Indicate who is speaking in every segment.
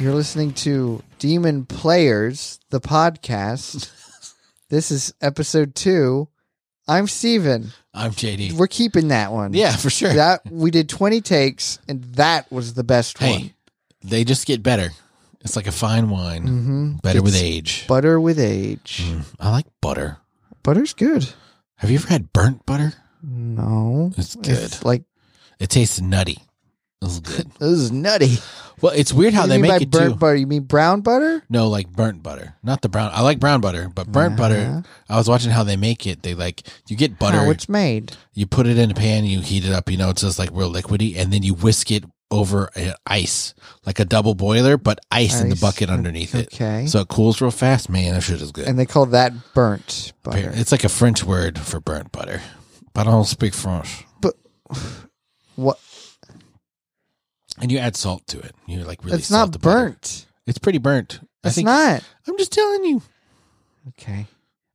Speaker 1: listening to Demon Players, the podcast. this is episode two. I'm Steven.
Speaker 2: I'm JD.
Speaker 1: We're keeping that one.
Speaker 2: yeah, for sure.
Speaker 1: That we did 20 takes and that was the best
Speaker 2: hey, they just get better. It's like a fine wine,
Speaker 1: one. hmm
Speaker 2: better with
Speaker 1: It's
Speaker 2: age.
Speaker 1: Butter with age.
Speaker 2: Mm, I like butter.
Speaker 1: Butter's good.
Speaker 2: Have you ever had burnt butter?
Speaker 1: No.
Speaker 2: It's good.
Speaker 1: like
Speaker 2: It tastes nutty. It's good.
Speaker 1: this is nutty.
Speaker 2: well, it's weird how
Speaker 1: What do
Speaker 2: they
Speaker 1: you mean
Speaker 2: make
Speaker 1: by
Speaker 2: it
Speaker 1: burnt
Speaker 2: too.
Speaker 1: butter. You mean brown butter?
Speaker 2: no, like burnt butter, not the brown. I like brown butter, but burnt
Speaker 1: Uh-huh.
Speaker 2: butter. I was watching how they make it. They like you get butter,
Speaker 1: How it's made.
Speaker 2: you put it in a pan, you heat it up. You know, it's just like real liquidy, and then you whisk it over uh, ice, like a double boiler, but ice, in the
Speaker 1: Ice.
Speaker 2: bucket underneath it.
Speaker 1: Okay.
Speaker 2: So it cools real fast. Man, that shit is good.
Speaker 1: and they call that burnt butter.
Speaker 2: It's like a French word for burnt butter, but I don't speak French.
Speaker 1: What?
Speaker 2: And you add salt to it. You like really.
Speaker 1: it's
Speaker 2: salt the
Speaker 1: not
Speaker 2: butter.
Speaker 1: burnt.
Speaker 2: It's pretty burnt. I
Speaker 1: It's
Speaker 2: think.
Speaker 1: not.
Speaker 2: I'm just telling you.
Speaker 1: Okay.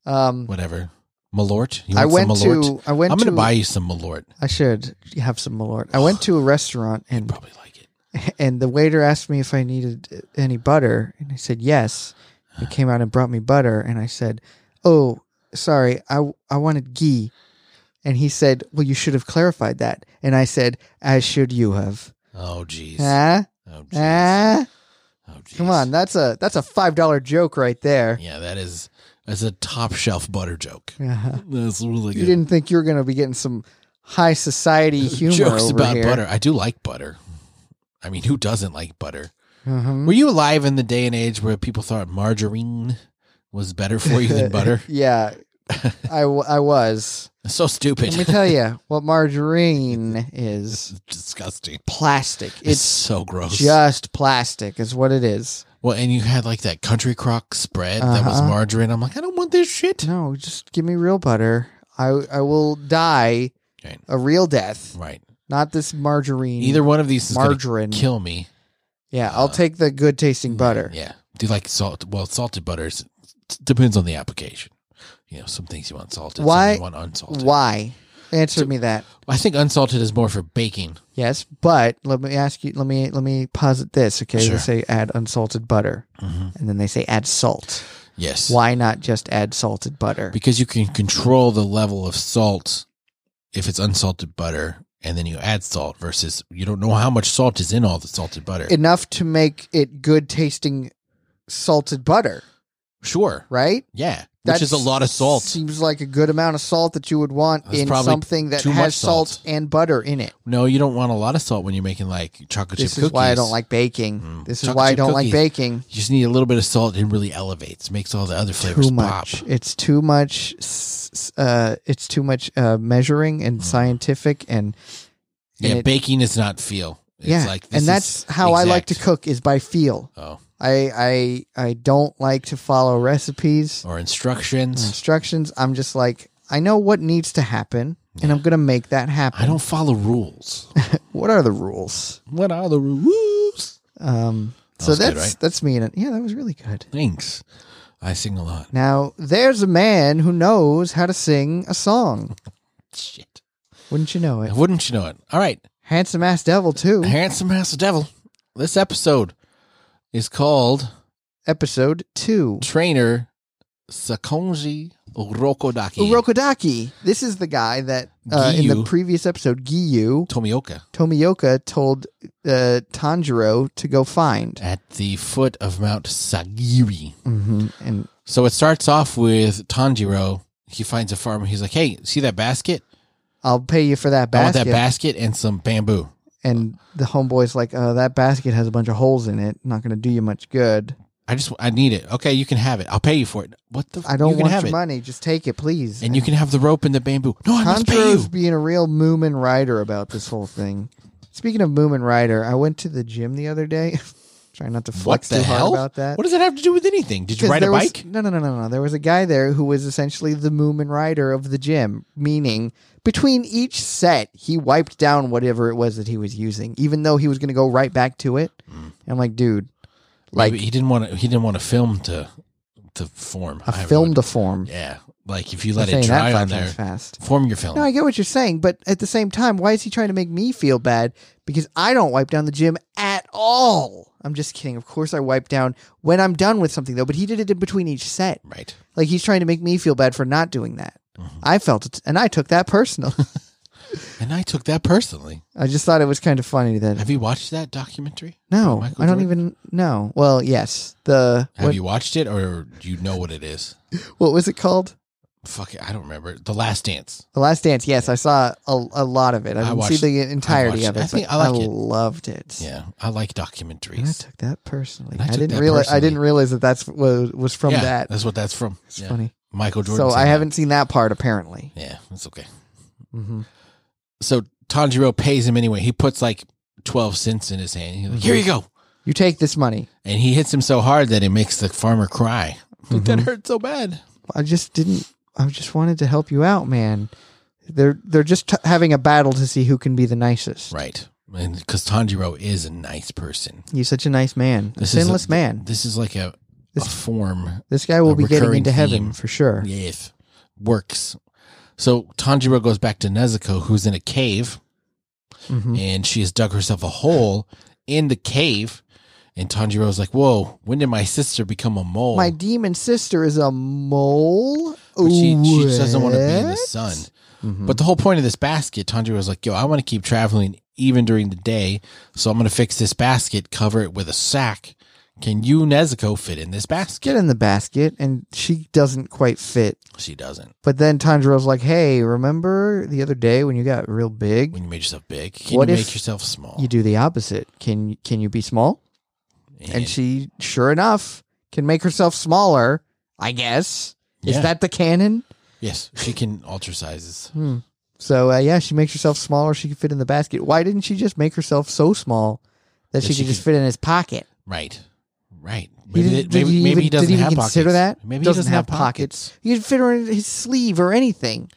Speaker 1: Um,
Speaker 2: Whatever. Malort. You
Speaker 1: I
Speaker 2: want some
Speaker 1: went
Speaker 2: Malort?
Speaker 1: to. I went
Speaker 2: I'm
Speaker 1: to.
Speaker 2: gonna buy you some Malort.
Speaker 1: I should have some Malort. I went to a restaurant and
Speaker 2: Probably like it.
Speaker 1: and the waiter asked me if I needed uh, any butter, and I said yes. He came out and brought me butter, and I said, "Oh, sorry, I I wanted ghee." And he said, "Well, you should have clarified that." And I said, "As should you have."
Speaker 2: Oh jeez.
Speaker 1: Huh?
Speaker 2: oh
Speaker 1: Huh?
Speaker 2: jeez. oh jeez.
Speaker 1: Ah. Come on, that's a that's a five dollar joke right there.
Speaker 2: Yeah, that is that's a top shelf butter joke.
Speaker 1: Uh-huh.
Speaker 2: That's really
Speaker 1: You
Speaker 2: good.
Speaker 1: didn't think you were going to be getting some high society humor
Speaker 2: Jokes
Speaker 1: over
Speaker 2: about
Speaker 1: here.
Speaker 2: butter. I do like butter. I mean, who doesn't like butter?
Speaker 1: Mhm.
Speaker 2: Were you alive in the day and age where people thought margarine was better for you than butter?
Speaker 1: yeah, I, w- I was.
Speaker 2: That's so stupid.
Speaker 1: Let me tell you what margarine is.
Speaker 2: It's disgusting.
Speaker 1: Plastic.
Speaker 2: It's,
Speaker 1: It's
Speaker 2: so gross.
Speaker 1: just plastic, is what it is.
Speaker 2: well, and you had like that country crock spread that was
Speaker 1: Uh-huh.
Speaker 2: margarine. I'm like, I don't want this shit.
Speaker 1: No, just give me real butter. I I will die
Speaker 2: Right.
Speaker 1: a real death,
Speaker 2: Right.
Speaker 1: not this margarine.
Speaker 2: Either one of these is going to
Speaker 1: margarine.
Speaker 2: kill me.
Speaker 1: yeah, I'll take the good tasting butter.
Speaker 2: Yeah. Do you like salt? Well, salted butters depends on the application. You know, some things you want salted, some
Speaker 1: Why-
Speaker 2: you want unsalted.
Speaker 1: Why? Answer
Speaker 2: So-
Speaker 1: me that.
Speaker 2: I think unsalted is more for baking.
Speaker 1: Yes, but let me ask you. Let me let me posit this. Okay,
Speaker 2: Sure.
Speaker 1: they say add unsalted butter,
Speaker 2: Mhm.
Speaker 1: and then they say add salt.
Speaker 2: Yes.
Speaker 1: Mm-hmm. Why not just add salted butter?
Speaker 2: because you can control the level of salt if it's unsalted butter and then you add salt versus you don't know how much salt is in all the salted butter
Speaker 1: Enough to make it good tasting salted butter,
Speaker 2: sure
Speaker 1: right?
Speaker 2: yeah which is a lot of salt
Speaker 1: Seems like a good amount of salt that you would want
Speaker 2: That's
Speaker 1: in
Speaker 2: probably
Speaker 1: something that
Speaker 2: too much
Speaker 1: has salt.
Speaker 2: salt.
Speaker 1: and butter in it.
Speaker 2: no you don't want a lot of salt when you're making like chocolate
Speaker 1: This
Speaker 2: chip
Speaker 1: is
Speaker 2: cookies
Speaker 1: why I don't like baking.
Speaker 2: Mm.
Speaker 1: This is
Speaker 2: Chocolate
Speaker 1: why I
Speaker 2: chip
Speaker 1: don't like
Speaker 2: cookies.
Speaker 1: baking.
Speaker 2: you just need a little bit of salt it really elevates makes all the other flavors
Speaker 1: Too much.
Speaker 2: pop
Speaker 1: It's too much. s- s- Uh, it's too much uh, measuring and scientific and
Speaker 2: Mm. yeah
Speaker 1: And it-
Speaker 2: baking is not feel it's
Speaker 1: yeah,
Speaker 2: like this
Speaker 1: and
Speaker 2: is
Speaker 1: that's how I like to
Speaker 2: exact.
Speaker 1: cook is by feel.
Speaker 2: oh
Speaker 1: I I I don't like to follow recipes
Speaker 2: or
Speaker 1: or
Speaker 2: instructions
Speaker 1: instructions. I'm just like I know what needs to happen, and I'm gonna make that happen.
Speaker 2: i don't follow rules
Speaker 1: What are the rules?
Speaker 2: what are the rules
Speaker 1: Um,
Speaker 2: That
Speaker 1: so
Speaker 2: was good,
Speaker 1: that's
Speaker 2: right?
Speaker 1: that's me. And yeah, that was really good.
Speaker 2: thanks i sing a lot
Speaker 1: Now there's a man who knows how to sing a song.
Speaker 2: shit
Speaker 1: Wouldn't you know it?
Speaker 2: Wouldn't you know it? All right.
Speaker 1: Handsome ass devil too.
Speaker 2: Handsome House of Devil. This episode is called
Speaker 1: Episode two.
Speaker 2: Trainer Sakonji Urokodaki
Speaker 1: Urokodaki. This is the guy that uh, in the
Speaker 2: Giyu.
Speaker 1: previous episode, Giyu,
Speaker 2: Tomioka
Speaker 1: Tomioka told uh, Tanjiro to go find.
Speaker 2: at the foot of Mount Sagiri.
Speaker 1: hmm And
Speaker 2: So it starts off with Tanjiro. He finds a farmer. He's like, hey, see that basket?
Speaker 1: I'll pay you for that
Speaker 2: I want
Speaker 1: basket.
Speaker 2: that basket and some bamboo.
Speaker 1: and the homeboy's like, uh, that basket has a bunch of holes in it. Not going to do you much good.
Speaker 2: I just, I need it. Okay, you can have it. I'll pay you for it. What the?
Speaker 1: I
Speaker 2: you
Speaker 1: don't
Speaker 2: can
Speaker 1: want
Speaker 2: have
Speaker 1: your
Speaker 2: it.
Speaker 1: money. Just take it, please.
Speaker 2: And you can have the rope and the bamboo. No, I must pay you.
Speaker 1: Tanjiro's being a real Moomin Rider about this whole thing. Speaking of Moomin Rider, I went to the gym the other day. Trying not to
Speaker 2: What
Speaker 1: flex
Speaker 2: the
Speaker 1: too
Speaker 2: hell?
Speaker 1: hard about that.
Speaker 2: What does that have to do with anything? Did you
Speaker 1: 'Cause
Speaker 2: ride a
Speaker 1: there was-
Speaker 2: bike?
Speaker 1: no, no, no, no, no. There was a guy there who was essentially the Moomin Rider of the gym, meaning between each set, he wiped down whatever it was that he was using, even though he was going to go right back to it.
Speaker 2: Mm.
Speaker 1: I'm like, dude, like
Speaker 2: Maybe he didn't want to. He didn't want to film to to form.
Speaker 1: a
Speaker 2: I have
Speaker 1: film
Speaker 2: no-
Speaker 1: to form.
Speaker 2: yeah, like if you
Speaker 1: I'm
Speaker 2: let
Speaker 1: saying
Speaker 2: it
Speaker 1: that
Speaker 2: dry on
Speaker 1: five
Speaker 2: there,
Speaker 1: times fast.
Speaker 2: form your film.
Speaker 1: No, I get what you're saying, but at the same time, why is he trying to make me feel bad? Because I don't wipe down the gym at all. I'm just kidding. Of course, I wipe down when I'm done with something, though. But he did it in between each set.
Speaker 2: Right.
Speaker 1: Like he's trying to make me feel bad for not doing that.
Speaker 2: Mhm.
Speaker 1: I felt it, and I took that personal.
Speaker 2: And I took that personally.
Speaker 1: I just thought it was kind of funny that.
Speaker 2: Have you watched that documentary?
Speaker 1: No,
Speaker 2: Michael
Speaker 1: I don't
Speaker 2: Jordan?
Speaker 1: even know. Well, yes. The
Speaker 2: Have
Speaker 1: what,
Speaker 2: you watched it or do you know what it is?
Speaker 1: what was it called?
Speaker 2: Fuck it, I don't remember. The Last Dance.
Speaker 1: The Last Dance. Yes, I saw a, a lot of it. I
Speaker 2: I
Speaker 1: didn't see
Speaker 2: watched-
Speaker 1: the entirety
Speaker 2: watched
Speaker 1: of
Speaker 2: it.
Speaker 1: it.
Speaker 2: I think
Speaker 1: but
Speaker 2: I like it.
Speaker 1: loved it.
Speaker 2: Yeah, I like
Speaker 1: And I
Speaker 2: documentaries.
Speaker 1: took that personally.
Speaker 2: And I
Speaker 1: I,
Speaker 2: took
Speaker 1: didn't
Speaker 2: that
Speaker 1: realize. I
Speaker 2: personally.
Speaker 1: didn't realize that that's what was from
Speaker 2: Yeah,
Speaker 1: that.
Speaker 2: That's what that's from.
Speaker 1: It's
Speaker 2: Yeah.
Speaker 1: funny.
Speaker 2: Michael Jordan.
Speaker 1: so
Speaker 2: said
Speaker 1: I
Speaker 2: that.
Speaker 1: haven't seen that part apparently.
Speaker 2: Yeah, that's okay.
Speaker 1: Mm-hmm.
Speaker 2: So Tanjiro pays him anyway. He puts like twelve cents in his hand. He's like,
Speaker 1: Mhm.
Speaker 2: "Here you go,"
Speaker 1: You take this money.
Speaker 2: and he hits him so hard that it makes the farmer cry. Mm-hmm. Like, that
Speaker 1: Mhm.
Speaker 2: hurt so bad.
Speaker 1: I just didn't. I just wanted to help you out, man. They're they're just t- having a battle to see who can be the nicest.
Speaker 2: Right, and because Tanjiro is a nice person.
Speaker 1: You're such a nice man, a
Speaker 2: This is a-
Speaker 1: sinless man.
Speaker 2: This is like a, a
Speaker 1: This-
Speaker 2: form
Speaker 1: This guy will
Speaker 2: a
Speaker 1: be getting
Speaker 2: recurring
Speaker 1: into heaven
Speaker 2: theme.
Speaker 1: for sure.
Speaker 2: if works. So Tanjiro goes back to Nezuko, who's in a cave,
Speaker 1: Mhm.
Speaker 2: and she has dug herself a hole in the cave. And Tanjiro's like, "Whoa, when did my sister become a mole?"
Speaker 1: My demon sister is a mole.
Speaker 2: Mm-hmm. But she, she just doesn't want to be in the
Speaker 1: What?
Speaker 2: sun.
Speaker 1: Mhm.
Speaker 2: But the whole point of this basket, Tanjiro was like, yo, I want to keep traveling even during the day. So I'm going to fix this basket, cover it with a sack. Can you, Nezuko, fit in this
Speaker 1: get
Speaker 2: basket?
Speaker 1: in the basket, and she doesn't quite fit.
Speaker 2: She doesn't.
Speaker 1: But then Tanjiro's like, "Hey, remember the other day when you got real big?
Speaker 2: When you made yourself big, can
Speaker 1: What
Speaker 2: you
Speaker 1: if
Speaker 2: make yourself small?
Speaker 1: You do the opposite. Can can you be small?" and she sure enough can make herself smaller i guess
Speaker 2: yeah.
Speaker 1: is that the canon
Speaker 2: Yes, she can alter sizes.
Speaker 1: hmm. so uh, yeah she makes herself smaller she can fit in the basket why didn't she just make herself so small that she,
Speaker 2: she
Speaker 1: could just
Speaker 2: can-
Speaker 1: fit in his pocket
Speaker 2: Right. Right.
Speaker 1: He
Speaker 2: Maybe,
Speaker 1: didn't-
Speaker 2: they-
Speaker 1: did
Speaker 2: maybe,
Speaker 1: he
Speaker 2: maybe
Speaker 1: even-
Speaker 2: he
Speaker 1: did
Speaker 2: doesn't
Speaker 1: he
Speaker 2: have
Speaker 1: even
Speaker 2: pockets.
Speaker 1: consider that?
Speaker 2: Maybe
Speaker 1: Doesn't
Speaker 2: he doesn't have
Speaker 1: have
Speaker 2: pockets.
Speaker 1: he could fit her in his sleeve or anything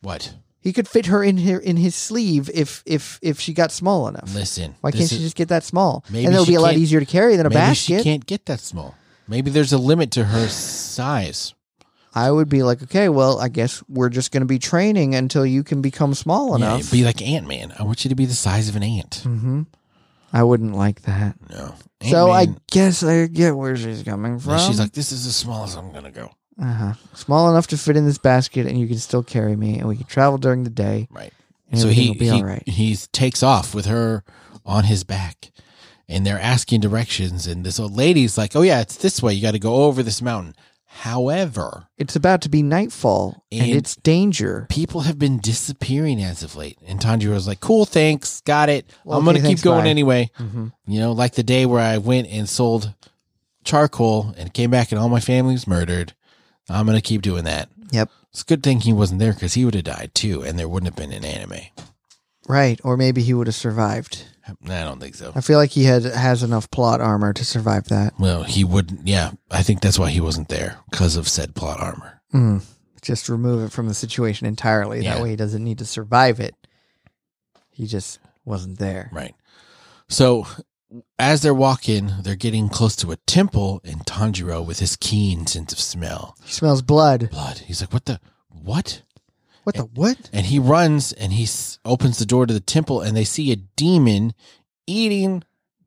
Speaker 2: What?
Speaker 1: he could fit her in her in his sleeve if if if she got small enough
Speaker 2: Listen.
Speaker 1: why
Speaker 2: this
Speaker 1: can't she
Speaker 2: is-
Speaker 1: just get that small
Speaker 2: Maybe
Speaker 1: and it'll
Speaker 2: she
Speaker 1: be a lot
Speaker 2: can't-
Speaker 1: easier to carry than a
Speaker 2: maybe she
Speaker 1: basket
Speaker 2: can't get that small. Maybe there's a limit to her size.
Speaker 1: i would be like okay well i guess we're just going to be training until you can become small
Speaker 2: Yeah,
Speaker 1: enough
Speaker 2: it'd be like Ant Man. I want you to be the size of an ant.
Speaker 1: Mm-hmm. I wouldn't like that.
Speaker 2: No.
Speaker 1: so I
Speaker 2: Ant-Man-
Speaker 1: guess I get where she's coming from.
Speaker 2: She's like, this is as small as I'm gonna go.
Speaker 1: uh-huh. small enough to fit in this basket, and you can still carry me, and we can travel during the day.
Speaker 2: Right.
Speaker 1: And
Speaker 2: so
Speaker 1: everything
Speaker 2: he
Speaker 1: will be
Speaker 2: he,
Speaker 1: all right.
Speaker 2: he takes off with her on his back, and they're asking directions. And this old lady's like, oh yeah, it's this way. You got to go over this mountain. However,
Speaker 1: It's about to be nightfall, and,
Speaker 2: And-
Speaker 1: it's danger.
Speaker 2: people have been disappearing as of late. And Tanjiro's like, cool, thanks, got it.
Speaker 1: Well,
Speaker 2: I'm gonna
Speaker 1: okay,
Speaker 2: keep
Speaker 1: thanks,
Speaker 2: going
Speaker 1: bye."
Speaker 2: anyway.
Speaker 1: Mm-hmm.
Speaker 2: You know, like the day where I went and sold charcoal and came back and all my family was murdered. I'm going to keep doing that.
Speaker 1: Yep.
Speaker 2: It's a good thing he wasn't there because he would have died too, and there wouldn't have been an anime.
Speaker 1: Right, or maybe he would have survived.
Speaker 2: I don't think so.
Speaker 1: I feel like he had has enough plot armor to survive that.
Speaker 2: Well, he wouldn't. Yeah, I think that's why he wasn't there because of said plot armor.
Speaker 1: Mm. Just remove it from the situation entirely.
Speaker 2: Yeah.
Speaker 1: That way, he doesn't need to survive it. He just wasn't there.
Speaker 2: Right. So as they're walking, they're getting close to a temple, and Tanjiro, with his keen sense of smell,
Speaker 1: He smells blood.
Speaker 2: blood, he's like, "What the? What?"
Speaker 1: What the what?
Speaker 2: And he runs and he s- opens the door to the temple, and they see a demon eating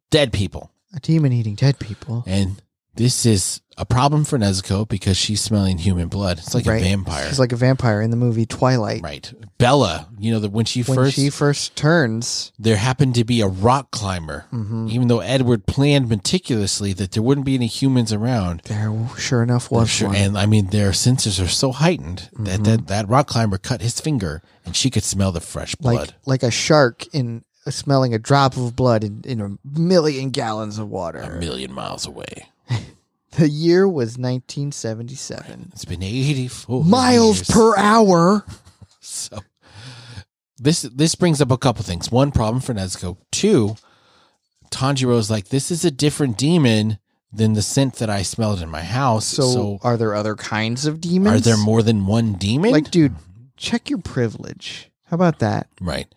Speaker 2: dead people.
Speaker 1: A demon eating dead people.
Speaker 2: And this is a problem for Nezuko because she's smelling human blood. It's like
Speaker 1: Right.
Speaker 2: a vampire.
Speaker 1: She's like a vampire in the movie Twilight.
Speaker 2: right. Bella, you know, that when she
Speaker 1: When
Speaker 2: first,
Speaker 1: she first turns,
Speaker 2: there happened to be a rock climber.
Speaker 1: Mhm.
Speaker 2: Even though Edward planned meticulously that there wouldn't be any humans around.
Speaker 1: there sure enough was
Speaker 2: Sure,
Speaker 1: one.
Speaker 2: and I mean, their senses are so heightened that,
Speaker 1: Mm-hmm.
Speaker 2: that that rock climber cut his finger and she could smell the fresh
Speaker 1: like
Speaker 2: blood.
Speaker 1: like a shark in uh, smelling a drop of blood in, in a million gallons of
Speaker 2: a
Speaker 1: water.
Speaker 2: million miles away.
Speaker 1: The year was 1977.
Speaker 2: It's been 84
Speaker 1: Miles
Speaker 2: years.
Speaker 1: per hour.
Speaker 2: So this this brings up a couple things. One problem for Nezuko. Two, Tanjiro's like, this is a different demon than the scent that I smelled in my house.
Speaker 1: So,
Speaker 2: So,
Speaker 1: are there other kinds of
Speaker 2: are
Speaker 1: demons?
Speaker 2: there more than one demon?
Speaker 1: Like, dude, check your privilege. How about that?
Speaker 2: right.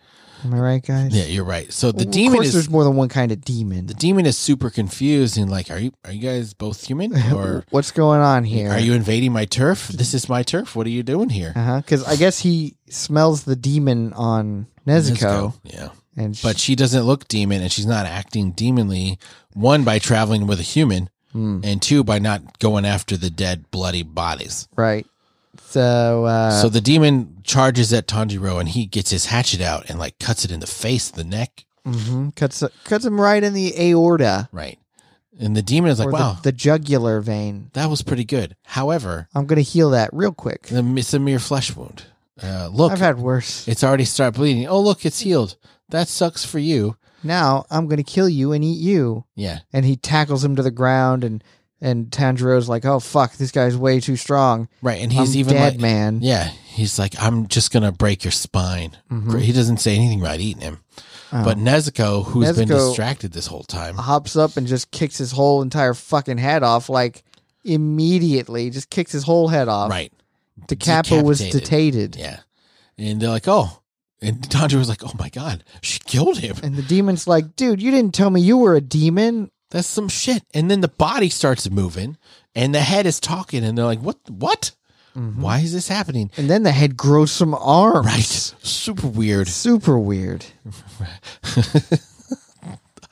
Speaker 1: Am I right, guys?
Speaker 2: Yeah, you're right. So the
Speaker 1: of
Speaker 2: demon
Speaker 1: course,
Speaker 2: is
Speaker 1: there's more than one kind of demon.
Speaker 2: the demon is super confused and like, are you are you guys both human? Or
Speaker 1: What's going on here?
Speaker 2: are you invading my turf? This is my turf. What are
Speaker 1: Uh-huh,
Speaker 2: you doing here?
Speaker 1: Uh huh. Because I guess he smells the demon on Nezuko,
Speaker 2: Yeah.
Speaker 1: And
Speaker 2: but she doesn't look demon and she's not acting demonly. One by traveling with a human,
Speaker 1: Hmm,
Speaker 2: and two by not going after the dead bloody bodies.
Speaker 1: right. So, uh,
Speaker 2: so the demon charges at Tanjiro and he gets his hatchet out and like cuts it in the face, the neck,
Speaker 1: mhm, cuts cuts him right in the aorta
Speaker 2: right? And the demon is like,
Speaker 1: or
Speaker 2: "Wow,
Speaker 1: the, the jugular vein.
Speaker 2: that was pretty good." However,
Speaker 1: I'm gonna heal that real quick.
Speaker 2: the- it's a mere flesh wound. Uh, look,
Speaker 1: I've had worse.
Speaker 2: it's already started bleeding. Oh, look, it's healed. That sucks for you.
Speaker 1: Now I'm gonna kill you and eat you.
Speaker 2: Yeah,
Speaker 1: And he tackles him to the ground, and and Tanjiro's like, "Oh fuck, this guy's way too strong.
Speaker 2: right. And he's
Speaker 1: I'm
Speaker 2: even
Speaker 1: dead,
Speaker 2: like,
Speaker 1: man."
Speaker 2: yeah, he's like, "I'm just gonna break your spine."
Speaker 1: Mhm.
Speaker 2: He doesn't say anything about eating him.
Speaker 1: Oh.
Speaker 2: But Nezuko, who's been
Speaker 1: Nezuko- Uh,
Speaker 2: distracted this whole time,
Speaker 1: hops up and just kicks his whole entire fucking head off, like immediately. Just kicks his whole head off.
Speaker 2: right?
Speaker 1: The Kappa was
Speaker 2: Decapitated.
Speaker 1: detated,
Speaker 2: Yeah. And they're like, oh. And Tanjiro was like, oh my God, she killed him.
Speaker 1: and the demon's like, "Dude, you didn't tell me you were a demon."
Speaker 2: That's some shit. And then the body starts moving and the head is talking. And they're like, what? What?
Speaker 1: Mm-hmm.
Speaker 2: Why is this happening?
Speaker 1: And then the head grows some arms.
Speaker 2: Right. Super weird.
Speaker 1: Super weird.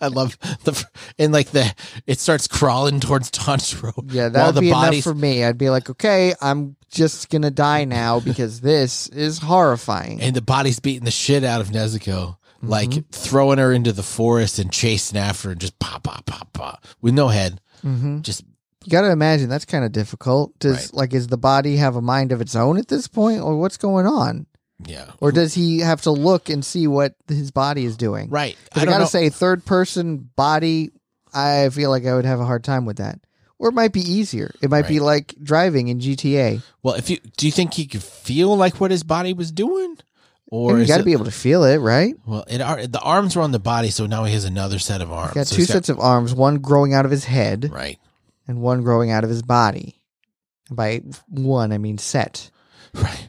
Speaker 2: I love the, and like the, it starts crawling towards Tanjiro.
Speaker 1: Yeah,
Speaker 2: while
Speaker 1: that would be enough
Speaker 2: body's-
Speaker 1: for me. I'd be like, okay, I'm just gonna die now because this is horrifying.
Speaker 2: and the body's beating the shit out of Nezuko,
Speaker 1: Mm-hmm.
Speaker 2: like throwing her into the forest and chasing after her and just pop, pop, pop, pop with no head.
Speaker 1: hmm
Speaker 2: Just
Speaker 1: You gotta imagine that's kind of difficult. Does
Speaker 2: Right.
Speaker 1: like is the body have a mind of its own at this point, or what's going on,
Speaker 2: yeah,
Speaker 1: or does he have to look and see what his body is doing?
Speaker 2: right.
Speaker 1: 'Cause I,
Speaker 2: don't
Speaker 1: gotta
Speaker 2: know.
Speaker 1: say, third person body, I feel like I would have a hard time with that. Or it might be easier. It might be like driving in GTA.
Speaker 2: Well, if you do you think he could feel like what his body was doing, or
Speaker 1: and you
Speaker 2: is
Speaker 1: gotta
Speaker 2: it-
Speaker 1: be able to feel it, right?
Speaker 2: well, it are the arms were on the body, so now he has another set of arms.
Speaker 1: Got
Speaker 2: So
Speaker 1: two
Speaker 2: he's got-
Speaker 1: sets of arms, one growing out of his head.
Speaker 2: right,
Speaker 1: and one growing out of his body. And By one, I mean set.
Speaker 2: right,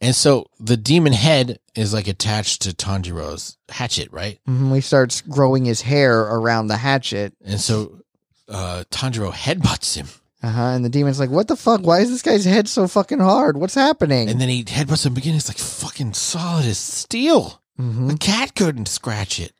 Speaker 2: and so the demon head is like attached to Tanjiro's hatchet, right,
Speaker 1: Mhm, He starts growing his hair around the hatchet.
Speaker 2: and so uh, Tanjiro headbutts him,
Speaker 1: Uh-huh, and the demon's like, what the fuck? Why is this guy's head so fucking hard? What's happening?
Speaker 2: and then he headbutts him again. It's like fucking solid as steel.
Speaker 1: hmm
Speaker 2: The cat couldn't scratch it.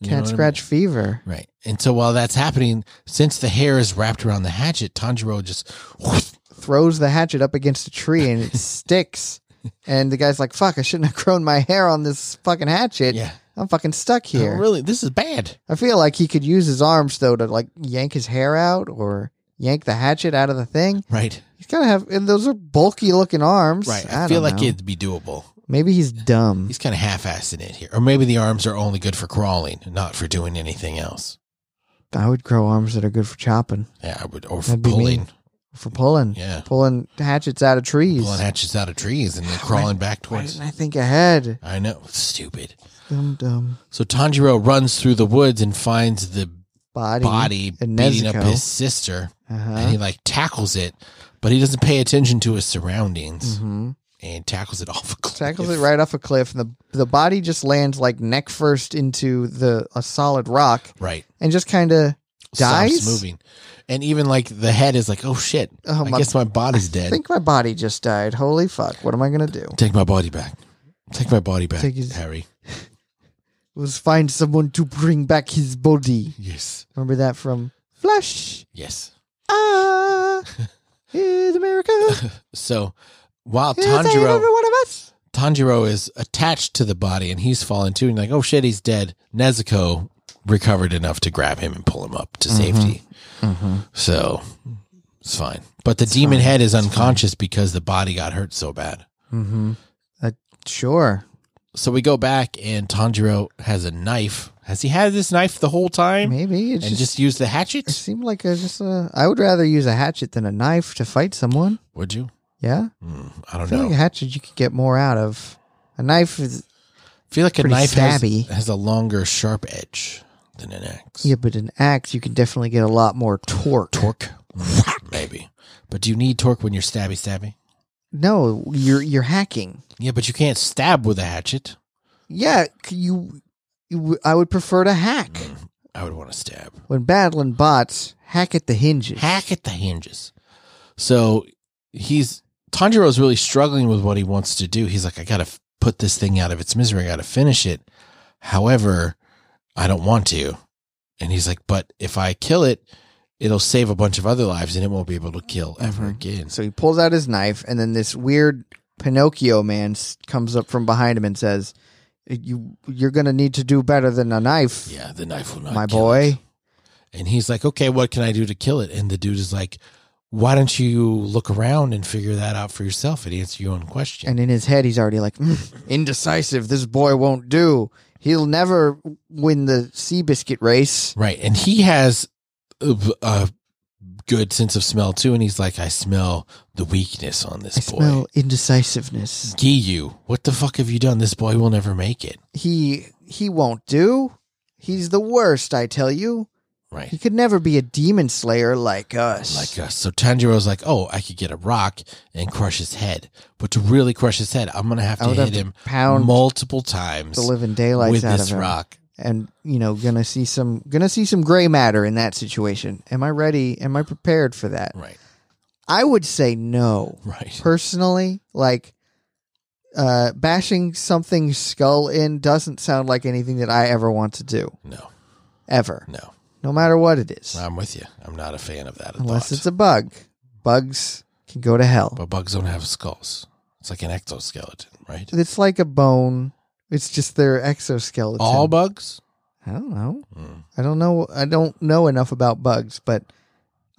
Speaker 2: You
Speaker 1: Cat
Speaker 2: know what I mean?
Speaker 1: scratch fever.
Speaker 2: Right. And so while that's happening, since the hair is wrapped around the hatchet, Tanjiro just
Speaker 1: Throws the hatchet up against a tree and it sticks. And the guy's like, fuck, I shouldn't have grown my hair on this fucking hatchet.
Speaker 2: yeah.
Speaker 1: I'm fucking stuck here.
Speaker 2: Oh, really, this is bad.
Speaker 1: I feel like he could use his arms, though, to like yank his hair out or yank the hatchet out of the thing.
Speaker 2: Right.
Speaker 1: He's gotta have, and those are bulky looking arms.
Speaker 2: Right.
Speaker 1: I,
Speaker 2: I, feel
Speaker 1: don't
Speaker 2: like
Speaker 1: know.
Speaker 2: it'd be doable.
Speaker 1: Maybe he's dumb.
Speaker 2: He's kind of half assed in it here. Or maybe the arms are only good for crawling, not for doing anything else.
Speaker 1: I would grow arms that are good for chopping,
Speaker 2: Yeah, I would. Or for
Speaker 1: That'd be
Speaker 2: pulling.
Speaker 1: me. for pulling,
Speaker 2: Yeah.
Speaker 1: pulling hatchets out of trees.
Speaker 2: Pulling hatches out of trees and then crawling back
Speaker 1: Why
Speaker 2: towards.
Speaker 1: didn't I think ahead?
Speaker 2: I know. Stupid.
Speaker 1: Dumb, dumb
Speaker 2: So Tanjiro runs through the woods and finds the
Speaker 1: body.
Speaker 2: body
Speaker 1: and
Speaker 2: beating up
Speaker 1: Nezuko.
Speaker 2: his sister. And
Speaker 1: Uh-huh.
Speaker 2: he like tackles it, but he doesn't pay attention to his surroundings
Speaker 1: hmm
Speaker 2: and tackles it off a cliff.
Speaker 1: Tackles it right off a cliff, and the the body just lands like neck first into the a solid rock,
Speaker 2: Right.
Speaker 1: and just kind of dies.
Speaker 2: Stops moving. And even like the head is like, oh shit.
Speaker 1: Oh,
Speaker 2: I
Speaker 1: my-
Speaker 2: guess my body's
Speaker 1: I
Speaker 2: dead.
Speaker 1: think my body just died. Holy fuck! What am I gonna do?
Speaker 2: Take my body back. Take my body back,
Speaker 1: Take his-
Speaker 2: Harry.
Speaker 1: Let's find someone to bring back his body.
Speaker 2: Yes.
Speaker 1: Remember that from Flash.
Speaker 2: Yes.
Speaker 1: Ah, is America.
Speaker 2: So while
Speaker 1: Here's every
Speaker 2: Tanjiro
Speaker 1: one of us.
Speaker 2: Tanjiro is attached to the body and he's fallen too, and like, oh shit, he's dead. Nezuko recovered enough to grab him and pull him up
Speaker 1: Mm-hmm.
Speaker 2: to safety. So it's fine. But the demon head is unconscious because the body got hurt so bad.
Speaker 1: Mm-hmm. Uh, sure.
Speaker 2: So we go back and Tanjiro has a knife. Has he had this knife the whole time?
Speaker 1: Maybe it's
Speaker 2: And
Speaker 1: just,
Speaker 2: just used the
Speaker 1: it
Speaker 2: hatchet?
Speaker 1: seemed like a, just a. I would rather use a hatchet than a knife to fight someone.
Speaker 2: Would you?
Speaker 1: Yeah,
Speaker 2: Hmm, I
Speaker 1: I
Speaker 2: don't
Speaker 1: feel
Speaker 2: know.
Speaker 1: like a hatchet you could get more out of. A knife is
Speaker 2: feel like a
Speaker 1: pretty
Speaker 2: knife has,
Speaker 1: stabby.
Speaker 2: has a longer, sharp edge than an axe.
Speaker 1: yeah, but an axe you can definitely get a lot more torque.
Speaker 2: Torque? Hmm, Maybe. But do you need torque when you're stabby stabby?
Speaker 1: No, you're you're hacking.
Speaker 2: Yeah, but you can't stab with a hatchet.
Speaker 1: Yeah, c- you. you w- I would prefer to hack
Speaker 2: Mm. I would want to stab.
Speaker 1: when battling bots. Hack at the hinges.
Speaker 2: Hack at the hinges. So he's Tanjiro's really struggling with what he wants to do. He's like, I gotta f- put this thing out of its misery. I gotta finish it. However, I don't want to. And he's like, but if I kill it, it'll save a bunch of other lives and it won't be able to kill ever
Speaker 1: Mhm.
Speaker 2: again.
Speaker 1: So he pulls out his knife, and then this weird Pinocchio man s- comes up from behind him and says, "You you're gonna need to do better than a knife,
Speaker 2: Yeah, the knife will not
Speaker 1: my
Speaker 2: kill it.
Speaker 1: boy."
Speaker 2: And he's like, okay, what can I do to kill it? And the dude is like, why don't you look around and figure that out for yourself and answer your own question?
Speaker 1: And in his head, he's already like, "Mm, indecisive. This boy won't do. He'll never win the Seabiscuit race.
Speaker 2: right. And he has a, a good sense of smell too. And he's like, I smell the weakness on this
Speaker 1: I
Speaker 2: boy.
Speaker 1: smell indecisiveness.
Speaker 2: Giyu, what the fuck have you done? This boy will never make it.
Speaker 1: He he won't do. He's the worst. I tell you,
Speaker 2: Right.
Speaker 1: he could never be a demon slayer like us.
Speaker 2: Like us. So Tanjiro's like, oh, I could get a rock and crush his head. But to really crush his head, I'm going to have
Speaker 1: I
Speaker 2: to
Speaker 1: would
Speaker 2: hit
Speaker 1: have to
Speaker 2: him
Speaker 1: pound
Speaker 2: multiple times
Speaker 1: the living
Speaker 2: with
Speaker 1: daylights out of
Speaker 2: this
Speaker 1: him.
Speaker 2: rock.
Speaker 1: and you know gonna see some gonna see some gray matter in that situation am i ready am i prepared for that
Speaker 2: Right.
Speaker 1: i would say no
Speaker 2: Right.
Speaker 1: personally like uh bashing something's skull in doesn't sound like anything that i ever want to do
Speaker 2: no,
Speaker 1: ever
Speaker 2: no.
Speaker 1: no matter what it is
Speaker 2: I'm with you. I'm not a fan of that.
Speaker 1: unless
Speaker 2: thought.
Speaker 1: it's a bug bugs can go to hell
Speaker 2: But bugs don't have skulls. It's like an exoskeleton, right?
Speaker 1: it's like a bone it's just their exoskeleton
Speaker 2: All bugs?
Speaker 1: i don't know
Speaker 2: Mm.
Speaker 1: I don't know. I don't know enough about bugs, but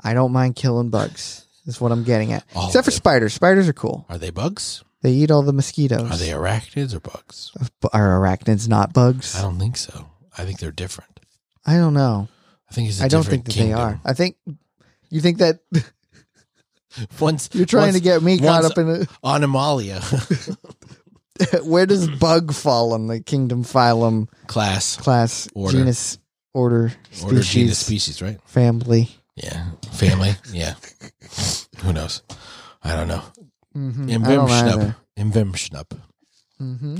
Speaker 1: I don't mind killing bugs. Is what I'm getting at.
Speaker 2: All
Speaker 1: Except for
Speaker 2: of them.
Speaker 1: spiders. Spiders are cool.
Speaker 2: Are they bugs?
Speaker 1: They eat all the mosquitoes.
Speaker 2: Are they arachnids or bugs?
Speaker 1: B- Are arachnids not bugs?
Speaker 2: I don't think so. I think they're different.
Speaker 1: I don't know.
Speaker 2: I think it's I
Speaker 1: I don't think that they are. I think you think that
Speaker 2: Once
Speaker 1: you're trying
Speaker 2: once
Speaker 1: to get me caught
Speaker 2: once-
Speaker 1: up in a,
Speaker 2: on Amalia
Speaker 1: where does bug fall in the kingdom, phylum,
Speaker 2: class
Speaker 1: class,
Speaker 2: Order.
Speaker 1: genus, order, species,
Speaker 2: order genus species, right?
Speaker 1: family?
Speaker 2: Yeah, family. yeah, who knows? I don't know.
Speaker 1: Mm-hmm.
Speaker 2: Imvim schnup. Imvim schnup.
Speaker 1: Mm-hmm.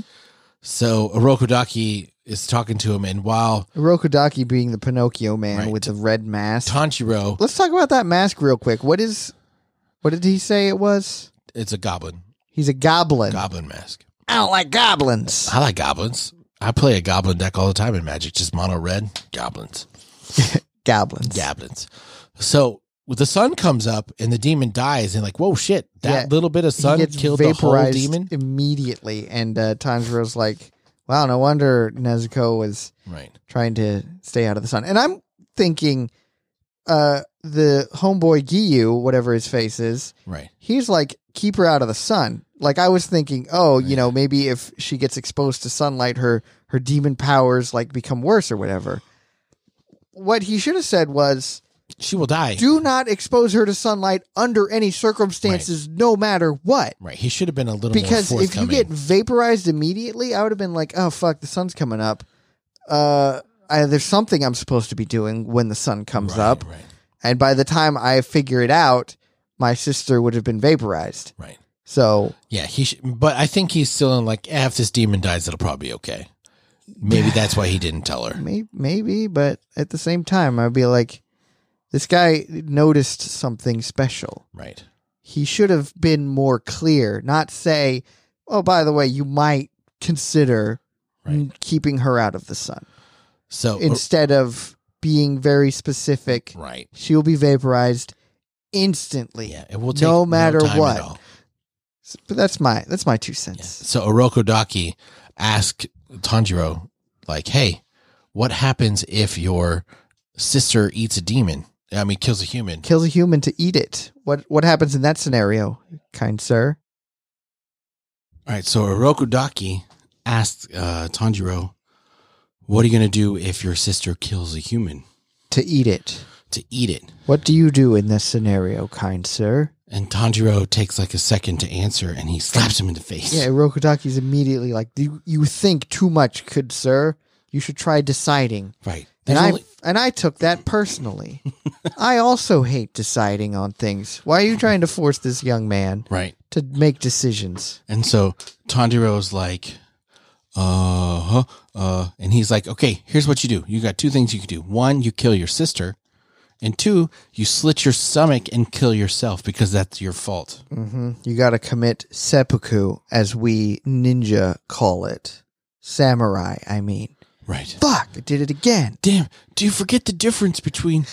Speaker 2: So Orokodaki is talking to him, and while
Speaker 1: Rokodaki being the Pinocchio man
Speaker 2: Right.
Speaker 1: with the red mask.
Speaker 2: Tanjiro,
Speaker 1: Let's talk about that mask real quick. What is what did he say it was?
Speaker 2: it's a goblin,
Speaker 1: He's a goblin.
Speaker 2: goblin mask.
Speaker 1: I don't like goblins.
Speaker 2: I like goblins. I play a goblin deck all the time in Magic, just mono red goblins,
Speaker 1: Goblins.
Speaker 2: goblins. So when the sun comes up and the demon dies, and like, whoa, shit! That
Speaker 1: Yeah.
Speaker 2: little bit of
Speaker 1: He
Speaker 2: sun
Speaker 1: gets
Speaker 2: killed the whole
Speaker 1: vaporized
Speaker 2: demon.
Speaker 1: immediately and uh Tanjiro's like, Wow, no wonder Nezuko was
Speaker 2: Right,
Speaker 1: trying to stay out of the sun. And I'm thinking uh the homeboy Giyu, whatever his face is,
Speaker 2: right,
Speaker 1: he's like keep her out of the sun. Like I was thinking, oh, you know, maybe if she gets exposed to sunlight, her her demon powers like become worse or whatever. What he should have said was,
Speaker 2: she will die.
Speaker 1: do not expose her to sunlight under any circumstances, no matter what.
Speaker 2: right, he should have been a little
Speaker 1: Because
Speaker 2: more
Speaker 1: if you get
Speaker 2: forthcoming.
Speaker 1: vaporized immediately, I would have been like, oh fuck, the sun's coming up. Uh, I, there's something I'm supposed to be doing when the sun comes
Speaker 2: right,
Speaker 1: up,
Speaker 2: right,
Speaker 1: and by the time I figure it out, my sister would have been vaporized.
Speaker 2: right.
Speaker 1: So
Speaker 2: Yeah, he. Sh- but I think he's still in like, eh, if this demon dies, it'll probably be okay. Maybe that's why he didn't tell her.
Speaker 1: Maybe, maybe, but at the same time, I'd be like, this guy noticed something special.
Speaker 2: Right,
Speaker 1: He should have been more clear, not say, oh, by the way, you might consider
Speaker 2: right.
Speaker 1: keeping her out of the sun
Speaker 2: So
Speaker 1: instead of being very specific.
Speaker 2: Oh, right.
Speaker 1: She'll be vaporized instantly.
Speaker 2: Yeah, it will take
Speaker 1: No matter
Speaker 2: time at
Speaker 1: what.
Speaker 2: all.
Speaker 1: S- But that's my that's my two
Speaker 2: Yeah.
Speaker 1: cents.
Speaker 2: So Orokodaki asked Tanjiro, like, hey, what happens if your sister eats a demon? I mean, kills a human.
Speaker 1: Kills a human to eat it. What what happens in that scenario, kind sir?
Speaker 2: All right. So Orokodaki asked uh, Tanjiro, what are you going to do if your sister kills a human
Speaker 1: To eat it.
Speaker 2: to eat it?
Speaker 1: What do you do in this scenario, kind sir?
Speaker 2: And Tanjiro takes like a second to answer and he slaps him in the face.
Speaker 1: Yeah, Rokodaki's immediately like, you, you think too much, good sir. You should try deciding.
Speaker 2: Right.
Speaker 1: And
Speaker 2: There's
Speaker 1: I,
Speaker 2: only-
Speaker 1: and I took that personally. I also hate deciding on things. Why are you trying to force this young man
Speaker 2: right.
Speaker 1: to make decisions?
Speaker 2: And so Tanjiro's like, uh huh. Uh, and he's like, okay, here's what you do. You got two things you can do. One, you kill your sister. And two, you slit your stomach and kill yourself because that's your fault.
Speaker 1: hmm You got to commit seppuku, as we ninja call it. Samurai, I mean.
Speaker 2: Right.
Speaker 1: Fuck! I did it again.
Speaker 2: Damn. Do you forget the difference between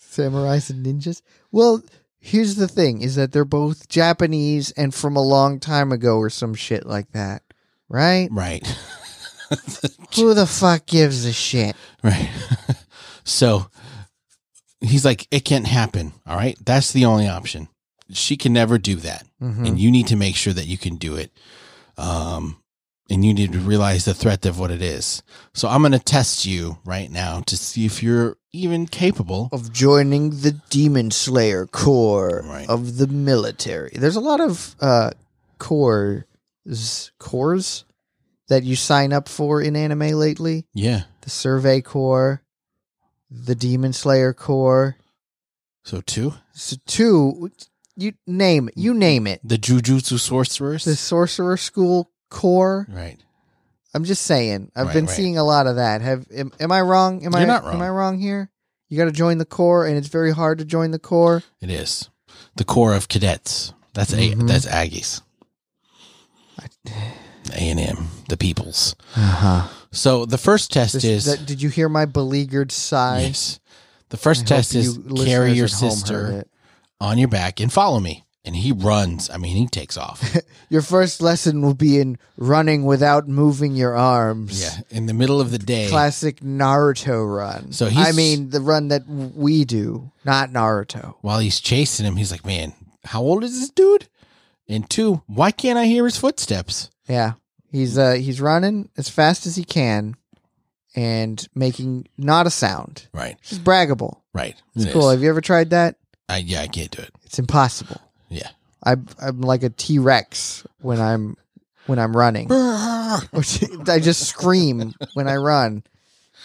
Speaker 1: Samurais and ninjas. Well, here's the thing: is that they're both Japanese and from a long time ago or some shit like that, right?
Speaker 2: Right.
Speaker 1: Who the fuck gives a shit?
Speaker 2: Right. so he's like, it can't happen. All right. That's the only option. She can never do that.
Speaker 1: Mhm.
Speaker 2: And you need to make sure that you can do it. Um, and you need to realize the threat of what it is. So I'm going to test you right now to see if you're even capable.
Speaker 1: Of joining the Demon Slayer Corps
Speaker 2: Right.
Speaker 1: of the military. There's a lot of uh, corps, corps that you sign up for in anime lately.
Speaker 2: Yeah.
Speaker 1: The Survey Corps, the Demon Slayer Corps.
Speaker 2: So two,
Speaker 1: So two, you name you name it.
Speaker 2: the Jujutsu sorcerers.
Speaker 1: the sorcerer school core.
Speaker 2: right.
Speaker 1: I'm just saying. I've
Speaker 2: Right,
Speaker 1: been
Speaker 2: right.
Speaker 1: seeing a lot of that. Have am, am I wrong? Am I
Speaker 2: You're not wrong.
Speaker 1: am I wrong here? You got to join the core, and it's very hard to join the core.
Speaker 2: It is the Corps of Cadets. That's a
Speaker 1: Mhm.
Speaker 2: that's Aggies. A and M, the Peoples.
Speaker 1: Uh-huh.
Speaker 2: So the first test is
Speaker 1: did you hear my beleaguered sigh?
Speaker 2: yes. The
Speaker 1: I
Speaker 2: first
Speaker 1: hope
Speaker 2: test is
Speaker 1: you listeners
Speaker 2: carry your
Speaker 1: at home heard
Speaker 2: sister
Speaker 1: it.
Speaker 2: on your back and follow me. And he runs. I mean, he takes off.
Speaker 1: Your first lesson will be in running without moving your arms.
Speaker 2: yeah, in the middle of the day.
Speaker 1: Classic Naruto run.
Speaker 2: So he's-
Speaker 1: I mean the run that we do, not Naruto.
Speaker 2: while he's chasing him, he's like, "Man, how old is this dude?" And two, why can't I hear his footsteps?
Speaker 1: Yeah. He's uh he's running as fast as he can and making not a sound.
Speaker 2: Right,
Speaker 1: It's braggable.
Speaker 2: right.
Speaker 1: It's
Speaker 2: It
Speaker 1: cool.
Speaker 2: is.
Speaker 1: Have you ever tried that?
Speaker 2: I, yeah, I can't do it.
Speaker 1: It's impossible.
Speaker 2: Yeah.
Speaker 1: I I'm like a T-Rex when I'm when I'm running. I just scream when I run.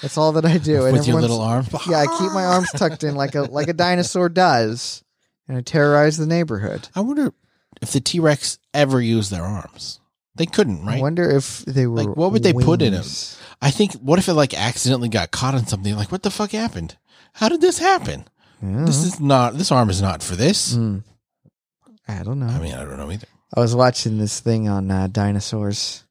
Speaker 1: That's all that I do.
Speaker 2: With your
Speaker 1: everyone's-
Speaker 2: little arm.
Speaker 1: Yeah, I keep my arms tucked in like a like a dinosaur does and I terrorize the neighborhood.
Speaker 2: I wonder if the T Rex ever used their arms. They couldn't,
Speaker 1: I
Speaker 2: right?
Speaker 1: wonder if they were
Speaker 2: Like, what would they put in 'em?
Speaker 1: wings.
Speaker 2: I think. What if it like accidentally got caught on something? Like, what the fuck happened? How did this happen?
Speaker 1: Yeah.
Speaker 2: This is not. This arm is not for this.
Speaker 1: Mm. I don't know.
Speaker 2: I mean, I don't know either.
Speaker 1: I was watching this thing on uh, dinosaurs,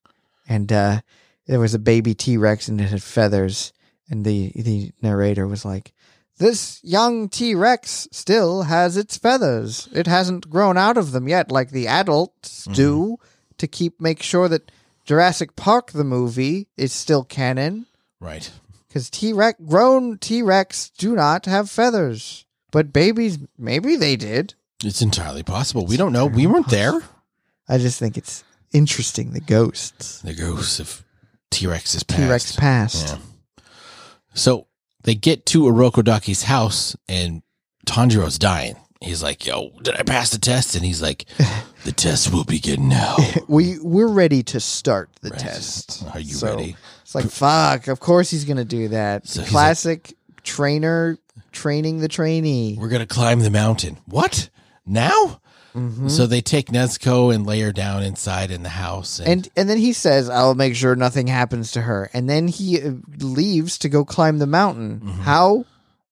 Speaker 1: and uh, there was a baby T Rex and it had feathers. And the the narrator was like, "This young T Rex still has its feathers. It hasn't grown out of them yet, like the adults do, to keep make sure that Jurassic Park the movie is still canon."
Speaker 2: Right.
Speaker 1: Because T Rex, grown T Rex do not have feathers, but babies, maybe they did.
Speaker 2: It's entirely possible. We don't know. We weren't there.
Speaker 1: I just think it's interesting. The ghosts.
Speaker 2: The ghosts of T Rex is
Speaker 1: T Rex passed.
Speaker 2: Yeah. So they get to Orokodaki's house and Tanjiro's dying. He's like, "Yo, did I pass the test?" And he's like, "The test will begin now."
Speaker 1: We we're ready to start the
Speaker 2: Right.
Speaker 1: test.
Speaker 2: Are you
Speaker 1: So,
Speaker 2: ready?
Speaker 1: It's like fuck. Of course he's gonna do that.
Speaker 2: So he's
Speaker 1: Classic trainer training the trainee.
Speaker 2: We're gonna climb the mountain. What now?
Speaker 1: Mhm.
Speaker 2: So they take Nezuko and lay her down inside in the house, and,
Speaker 1: And and then he says, "I'll make sure nothing happens to her." And then he uh, leaves to go climb the mountain.
Speaker 2: Mm-hmm.
Speaker 1: How?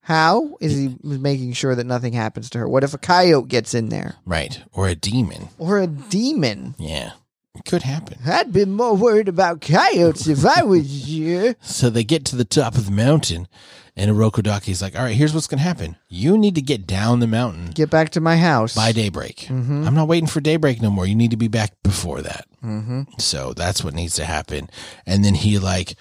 Speaker 1: How is he making sure that nothing happens to her? What if a coyote gets in there
Speaker 2: right or a demon.
Speaker 1: or a demon?
Speaker 2: Yeah, it could happen.
Speaker 1: I'd be more worried about coyotes if I was you.
Speaker 2: So they get to the top of the mountain, and Orokodaki's like, "All right, here's what's gonna happen. You need to get down the mountain
Speaker 1: Get back to my house.
Speaker 2: by daybreak. I'm not waiting for daybreak no more. You need to be back before that. Mm-hmm.
Speaker 1: Mhm.
Speaker 2: So that's what needs to happen. And then he like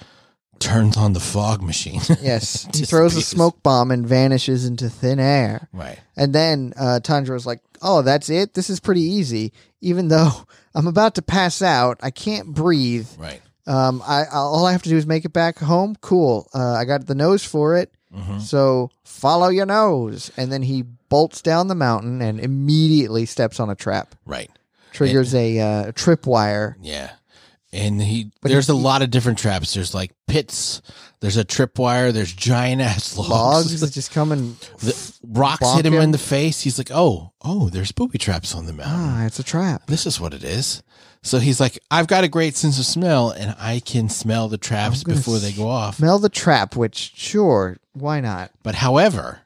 Speaker 2: turns on the fog machine.
Speaker 1: Yes, he throws a
Speaker 2: Disappears.
Speaker 1: smoke bomb and vanishes into thin air.
Speaker 2: right.
Speaker 1: And then uh, Tanjiro's like, "Oh, that's it. This is pretty easy. Even though I'm about to pass out, I can't breathe.
Speaker 2: Right.
Speaker 1: Um, I I'll- all I have to do is make it back home. Cool. Uh, I got the nose for it. So follow your nose." And then he bolts down the mountain and immediately steps on a trap,
Speaker 2: Right.
Speaker 1: triggers a uh, tripwire.
Speaker 2: Yeah. And he there's a lot of different traps. There's like pits. There's a tripwire. There's giant ass
Speaker 1: Logs
Speaker 2: logs.
Speaker 1: that just come and
Speaker 2: The rocks
Speaker 1: Bonk
Speaker 2: hit him,
Speaker 1: him.
Speaker 2: in the face. He's like, oh, oh, there's booby traps on the mountain.
Speaker 1: ah, it's a trap.
Speaker 2: This is what it is. So he's like, I've got a great sense of smell, and I can smell the traps
Speaker 1: gonna
Speaker 2: before they go off.
Speaker 1: Smell the trap, which sure, why not?
Speaker 2: But however,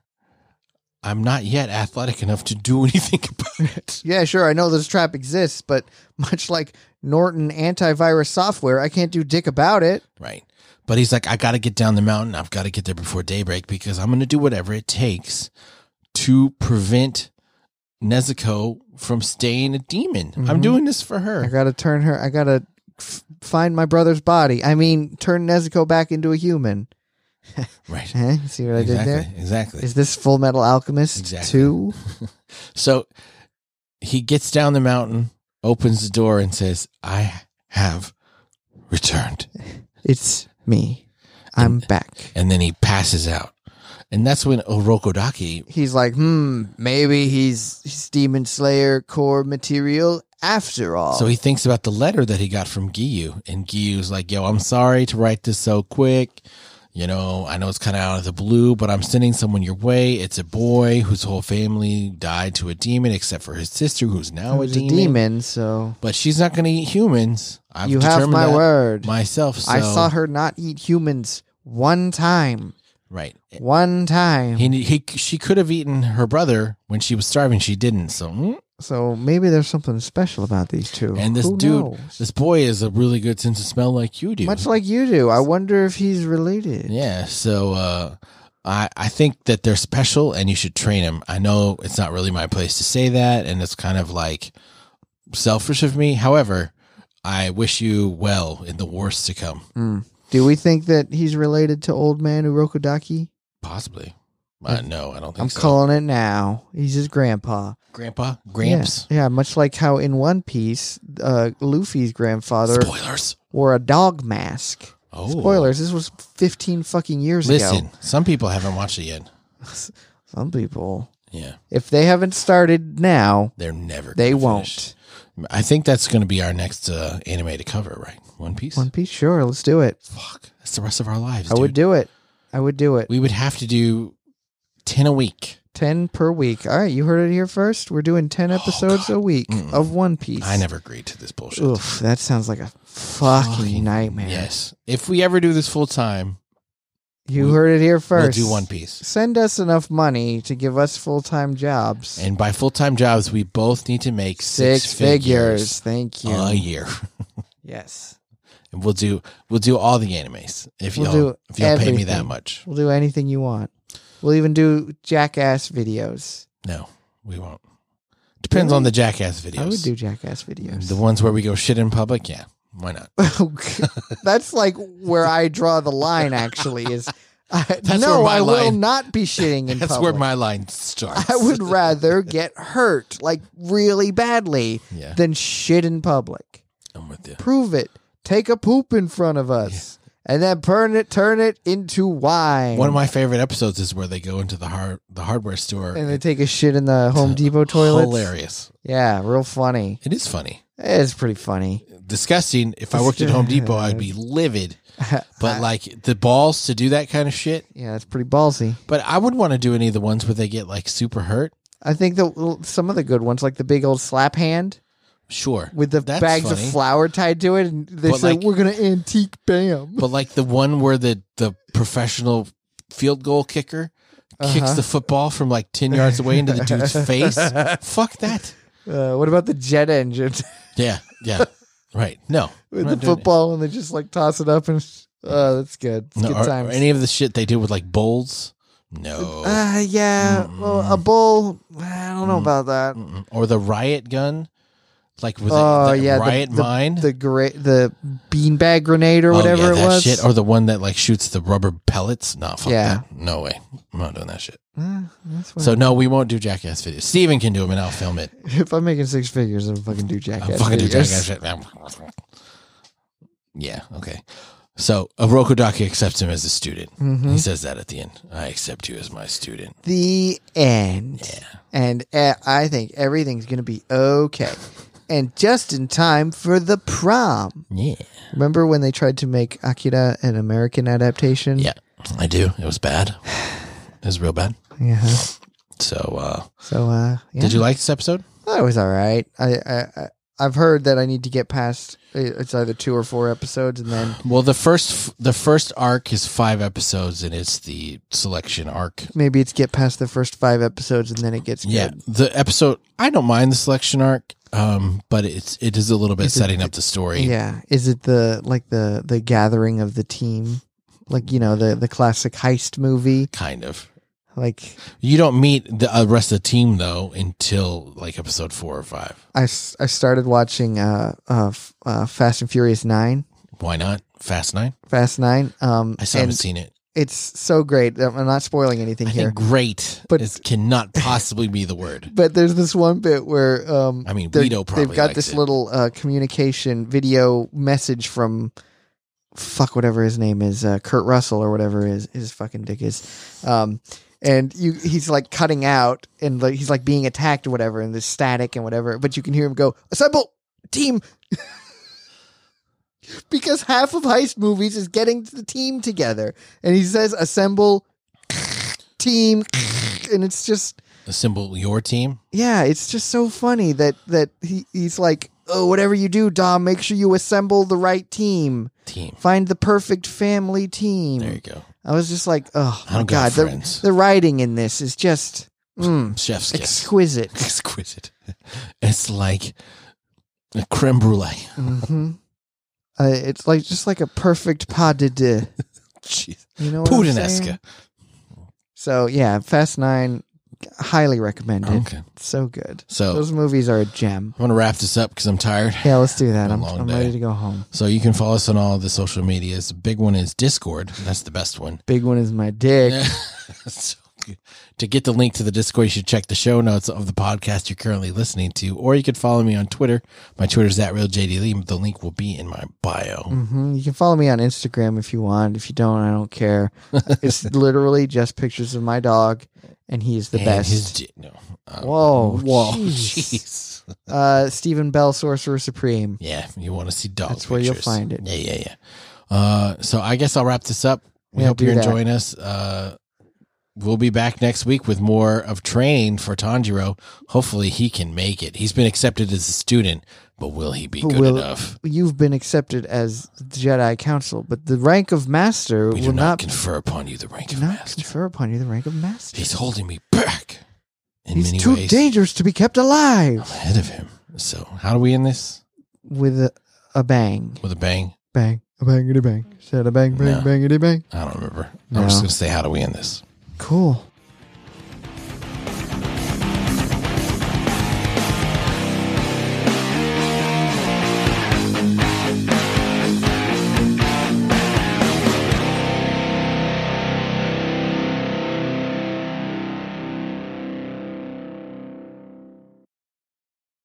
Speaker 2: I'm not yet athletic enough to do anything about it.
Speaker 1: Yeah, sure. I know this trap exists, but much like Norton antivirus software, I can't do dick about it.
Speaker 2: Right. But he's like, I got to get down the mountain. I've got to get there before daybreak because I'm going to do whatever it takes to prevent Nezuko from staying a demon. I'm
Speaker 1: Mhm.
Speaker 2: doing this for
Speaker 1: I
Speaker 2: her.
Speaker 1: gotta turn her. I gotta f- find my brother's body. I mean, turn Nezuko back into a human.
Speaker 2: Right.
Speaker 1: Eh? See what I did
Speaker 2: exactly.
Speaker 1: there?
Speaker 2: Exactly.
Speaker 1: Is this Full Metal Alchemist
Speaker 2: Exactly.
Speaker 1: too?
Speaker 2: So he gets down the mountain, opens the door, and says, I have returned.
Speaker 1: It's me. I'm back.
Speaker 2: And then he passes out. And that's when Orokodaki,
Speaker 1: He's like, hmm, maybe he's, he's Demon Slayer core material after all.
Speaker 2: so he thinks about the letter that he got from Giyu. And Giyu's like, Yo, I'm sorry to write this so quick. You know, I know it's kind of out of the blue, but I'm sending someone your way. It's a boy whose whole family died to a demon, except for his sister, who's
Speaker 1: I
Speaker 2: now a
Speaker 1: was a
Speaker 2: demon.
Speaker 1: demon, so
Speaker 2: But she's not going to eat humans. I've
Speaker 1: you have
Speaker 2: determined
Speaker 1: my
Speaker 2: that
Speaker 1: word.
Speaker 2: myself. So,
Speaker 1: I saw her not eat humans one time.
Speaker 2: right.
Speaker 1: One time.
Speaker 2: He, he she could have eaten her brother when she was starving. She didn't. So mm.
Speaker 1: so maybe there's something special about these two.
Speaker 2: and this
Speaker 1: Who
Speaker 2: dude,
Speaker 1: knows?
Speaker 2: this boy, is a really good sense of smell like you do.
Speaker 1: Much like you do. I wonder if he's related.
Speaker 2: yeah. So uh, I I think that they're special, and you should train them. I know it's not really my place to say that, and it's kind of like selfish of me. However, I wish you well in the wars to come.
Speaker 1: Mm. Do we think that he's related to old man Urokodaki?
Speaker 2: Possibly. Uh, no, I don't think
Speaker 1: I'm
Speaker 2: so.
Speaker 1: calling it now. He's his grandpa.
Speaker 2: Grandpa, Gramps.
Speaker 1: Yeah, yeah, much like how in One Piece, uh, Luffy's grandfather
Speaker 2: Spoilers.
Speaker 1: wore a dog mask.
Speaker 2: Oh,
Speaker 1: Spoilers, this was 15 fucking years
Speaker 2: Listen,
Speaker 1: ago.
Speaker 2: some people haven't watched it yet.
Speaker 1: Some people,
Speaker 2: Yeah,
Speaker 1: if they haven't started now,
Speaker 2: they're never.
Speaker 1: they
Speaker 2: gonna
Speaker 1: won't.
Speaker 2: finish. I think that's going to be our next uh, anime to cover, right? One Piece.
Speaker 1: One Piece, sure, let's do it.
Speaker 2: Fuck, that's the rest of our lives.
Speaker 1: I would
Speaker 2: dude.
Speaker 1: do it. I would do it.
Speaker 2: we would have to do ten a week.
Speaker 1: 10 per week. All right, you heard it here first. We're doing 10 episodes a week
Speaker 2: Oh, Mm-mm.
Speaker 1: of One Piece.
Speaker 2: I never agreed to this bullshit.
Speaker 1: Oof, that sounds like a fucking,
Speaker 2: Fucking-
Speaker 1: nightmare.
Speaker 2: Yes, if we ever do this full time,
Speaker 1: You
Speaker 2: We-
Speaker 1: heard it here 1st
Speaker 2: we'll do One Piece.
Speaker 1: Send us enough money to give us full time jobs.
Speaker 2: And by full time jobs, we both need to make six, figures, Oh,
Speaker 1: Thank you.
Speaker 2: a year.
Speaker 1: yes.
Speaker 2: And we'll do we'll do all the animes if
Speaker 1: We'll
Speaker 2: you'll
Speaker 1: do
Speaker 2: if you'll pay me that
Speaker 1: everything.
Speaker 2: much.
Speaker 1: We'll do anything you want. We'll even do jackass videos.
Speaker 2: No, we won't. Depends on the jackass videos.
Speaker 1: I would do jackass videos.
Speaker 2: the ones where we go shit in public. Yeah, why not?
Speaker 1: Okay. That's like where I draw the line, actually, is I,
Speaker 2: That's
Speaker 1: no,
Speaker 2: where my
Speaker 1: I will
Speaker 2: line-
Speaker 1: not be shitting in
Speaker 2: That's
Speaker 1: public.
Speaker 2: where my line starts.
Speaker 1: I would rather get hurt, like really badly,
Speaker 2: Yeah,
Speaker 1: than shit in public.
Speaker 2: I'm with you.
Speaker 1: prove it. Take a poop in front of us, and then turn it, turn it into wine.
Speaker 2: One of my favorite episodes is where they go into the hard the hardware store.
Speaker 1: and they take a shit in the Home Depot toilet.
Speaker 2: Hilarious.
Speaker 1: Yeah, real funny.
Speaker 2: It is funny.
Speaker 1: It's pretty funny.
Speaker 2: Disgusting. If I worked at Home Depot, I'd be livid. But like the balls to do that kind of shit.
Speaker 1: Yeah, it's pretty ballsy.
Speaker 2: But I would want to do any of the ones where they get like super hurt.
Speaker 1: I think the some of the good ones, like the big old slap hand
Speaker 2: Sure.
Speaker 1: with the
Speaker 2: That's
Speaker 1: bags
Speaker 2: funny.
Speaker 1: of flour tied to it, and they
Speaker 2: But,
Speaker 1: say
Speaker 2: like-
Speaker 1: we're gonna antique bam.
Speaker 2: But like the one where the the professional field goal kicker kicks
Speaker 1: Uh-huh.
Speaker 2: the football from like 10 yards away into the dude's face. Fuck that.
Speaker 1: Uh, what about the jet engine
Speaker 2: Yeah. Yeah. Right. No.
Speaker 1: with the
Speaker 2: We're not doing it.
Speaker 1: football, and they just like toss it up and? Oh, that's good. It's
Speaker 2: No,
Speaker 1: good
Speaker 2: or, or
Speaker 1: times.
Speaker 2: any of the shit they do with like bowls? No.
Speaker 1: Uh, yeah, well, a
Speaker 2: Mm.
Speaker 1: bull. I don't know about that.
Speaker 2: Mm-mm. or the riot gun, like with
Speaker 1: Oh,
Speaker 2: the, the
Speaker 1: yeah, the-
Speaker 2: riot mine
Speaker 1: The great, the beanbag grenade or
Speaker 2: Oh,
Speaker 1: whatever
Speaker 2: yeah,
Speaker 1: it
Speaker 2: that
Speaker 1: was.
Speaker 2: shit. or the one that like shoots the rubber pellets. Nah, fuck
Speaker 1: Yeah.
Speaker 2: that. No way, I'm not doing that shit.
Speaker 1: Eh, that's what
Speaker 2: So no, we won't do jackass videos. Steven can do them, and I'll film it.
Speaker 1: if I'm making six figures, I'm fucking do
Speaker 2: I'll
Speaker 1: jackass.
Speaker 2: fucking do
Speaker 1: figures.
Speaker 2: jackass shit. Yeah, okay. So Orokodaki accepts him as a student. He
Speaker 1: Mhm.
Speaker 2: says that at the end. I accept you as my student.
Speaker 1: The end. And uh, I think everything's gonna be okay, and just in time for the prom.
Speaker 2: Yeah,
Speaker 1: Remember when they tried to make Akira an American adaptation?
Speaker 2: yeah, I do. It was bad. It was real bad.
Speaker 1: Yeah.
Speaker 2: So, uh,
Speaker 1: So, uh, yeah.
Speaker 2: did you like this episode?
Speaker 1: That was all right. I, I I- I've heard that I need to get past eh, it's either two or four episodes, and then
Speaker 2: Well, the first the first arc is five episodes, and it's the selection arc.
Speaker 1: maybe it's get past the first five episodes, and then it gets
Speaker 2: Yeah,
Speaker 1: good.
Speaker 2: the episode. I don't mind the selection arc, um, but it's it is a little bit
Speaker 1: Is it-
Speaker 2: setting up the story.
Speaker 1: Yeah, is it the like the the gathering of the team? like you know the the classic heist movie.
Speaker 2: kind of.
Speaker 1: Like
Speaker 2: You don't meet the uh, rest of the team though until like episode four or five.
Speaker 1: I, s- I started watching uh, uh, f- uh Fast and Furious Nine,
Speaker 2: Why not Fast Nine?
Speaker 1: Fast Nine. Um,
Speaker 2: I still
Speaker 1: and
Speaker 2: haven't seen it.
Speaker 1: it's so great. I'm not spoiling anything
Speaker 2: I
Speaker 1: here,
Speaker 2: think great,
Speaker 1: But-
Speaker 2: but it cannot possibly be the word.
Speaker 1: but there's this one bit where um
Speaker 2: I mean,
Speaker 1: they're-
Speaker 2: Guido probably
Speaker 1: they've got
Speaker 2: likes
Speaker 1: this
Speaker 2: it.
Speaker 1: little uh, communication video message from fuck whatever his name is uh, Kurt Russell or whatever his his fucking dick is um and you he's like cutting out and like he's like being attacked or whatever and there's static and whatever but you can hear him go assemble team because half of heist movies is getting the team together and he says assemble team and it's just
Speaker 2: Assemble your team.
Speaker 1: yeah, it's just so funny that that he, he's like, "Oh, whatever you do, Dom, make sure you assemble the right team.
Speaker 2: Team.
Speaker 1: Find the perfect family team."
Speaker 2: There you go.
Speaker 1: I was just like, Mm. "Oh
Speaker 2: I
Speaker 1: my
Speaker 2: don't got
Speaker 1: god, the,
Speaker 2: friends.
Speaker 1: the writing in this is just mm,
Speaker 2: Chef's kiss.
Speaker 1: exquisite."
Speaker 2: Exquisite. It's like a creme brulee.
Speaker 1: hmm uh, it's like just like a perfect pas de deux.
Speaker 2: Jeez.
Speaker 1: You know what I'm saying?
Speaker 2: Pudinesca.
Speaker 1: So yeah, Fast Nine, highly recommended.
Speaker 2: Okay.
Speaker 1: It's so good.
Speaker 2: So I'm
Speaker 1: Those movies are a gem.
Speaker 2: going to wrap this up because I'm tired.
Speaker 1: Yeah, let's do that.
Speaker 2: A
Speaker 1: I'm,
Speaker 2: long
Speaker 1: I'm
Speaker 2: day.
Speaker 1: ready to go home.
Speaker 2: So you can follow us on all the social medias. The big one is Discord. That's the best one.
Speaker 1: Big one is my dick.
Speaker 2: So, to get the link to the Discord, you should check the show notes of the podcast you're currently listening to, or you could follow me on Twitter. My Twitter's at RealJDLee. The link will be in my bio.
Speaker 1: hmm You can follow me on Instagram if you want. If you don't, I don't care. it's literally just pictures of my dog, and he is the
Speaker 2: And
Speaker 1: best.
Speaker 2: His, di- no. Uh,
Speaker 1: Whoa,
Speaker 2: Whoa.
Speaker 1: jeez.
Speaker 2: Jeez.
Speaker 1: uh, Stephen Bell, Sorcerer Supreme.
Speaker 2: Yeah. You want to see dogs.
Speaker 1: That's where you'll find it.
Speaker 2: Yeah. Yeah. Yeah. Uh, so I guess I'll wrap this up. We
Speaker 1: Yeah,
Speaker 2: hope
Speaker 1: do
Speaker 2: you're
Speaker 1: that.
Speaker 2: enjoying us. Uh, we'll be back next week with more of training for Tanjiro. Hopefully he can make it. He's been accepted as a student, but will he be
Speaker 1: But
Speaker 2: good
Speaker 1: will-
Speaker 2: enough?
Speaker 1: You've been accepted as Jedi Council, but the rank of Master
Speaker 2: We
Speaker 1: will
Speaker 2: do not
Speaker 1: not,
Speaker 2: confer upon you the rank
Speaker 1: do
Speaker 2: of
Speaker 1: not
Speaker 2: master.
Speaker 1: confer upon you the rank of Master.
Speaker 2: He's holding me back in
Speaker 1: He's
Speaker 2: many
Speaker 1: too
Speaker 2: ways.
Speaker 1: dangerous to be kept alive.
Speaker 2: I'm ahead of him. So how do we end this?
Speaker 1: With a, a bang,
Speaker 2: With a bang?
Speaker 1: bang, a bangity bang, said a bang, bang,
Speaker 2: No.
Speaker 1: bangity bang.
Speaker 2: I don't remember.
Speaker 1: No.
Speaker 2: I'm just gonna say how do we end this?
Speaker 1: Cool.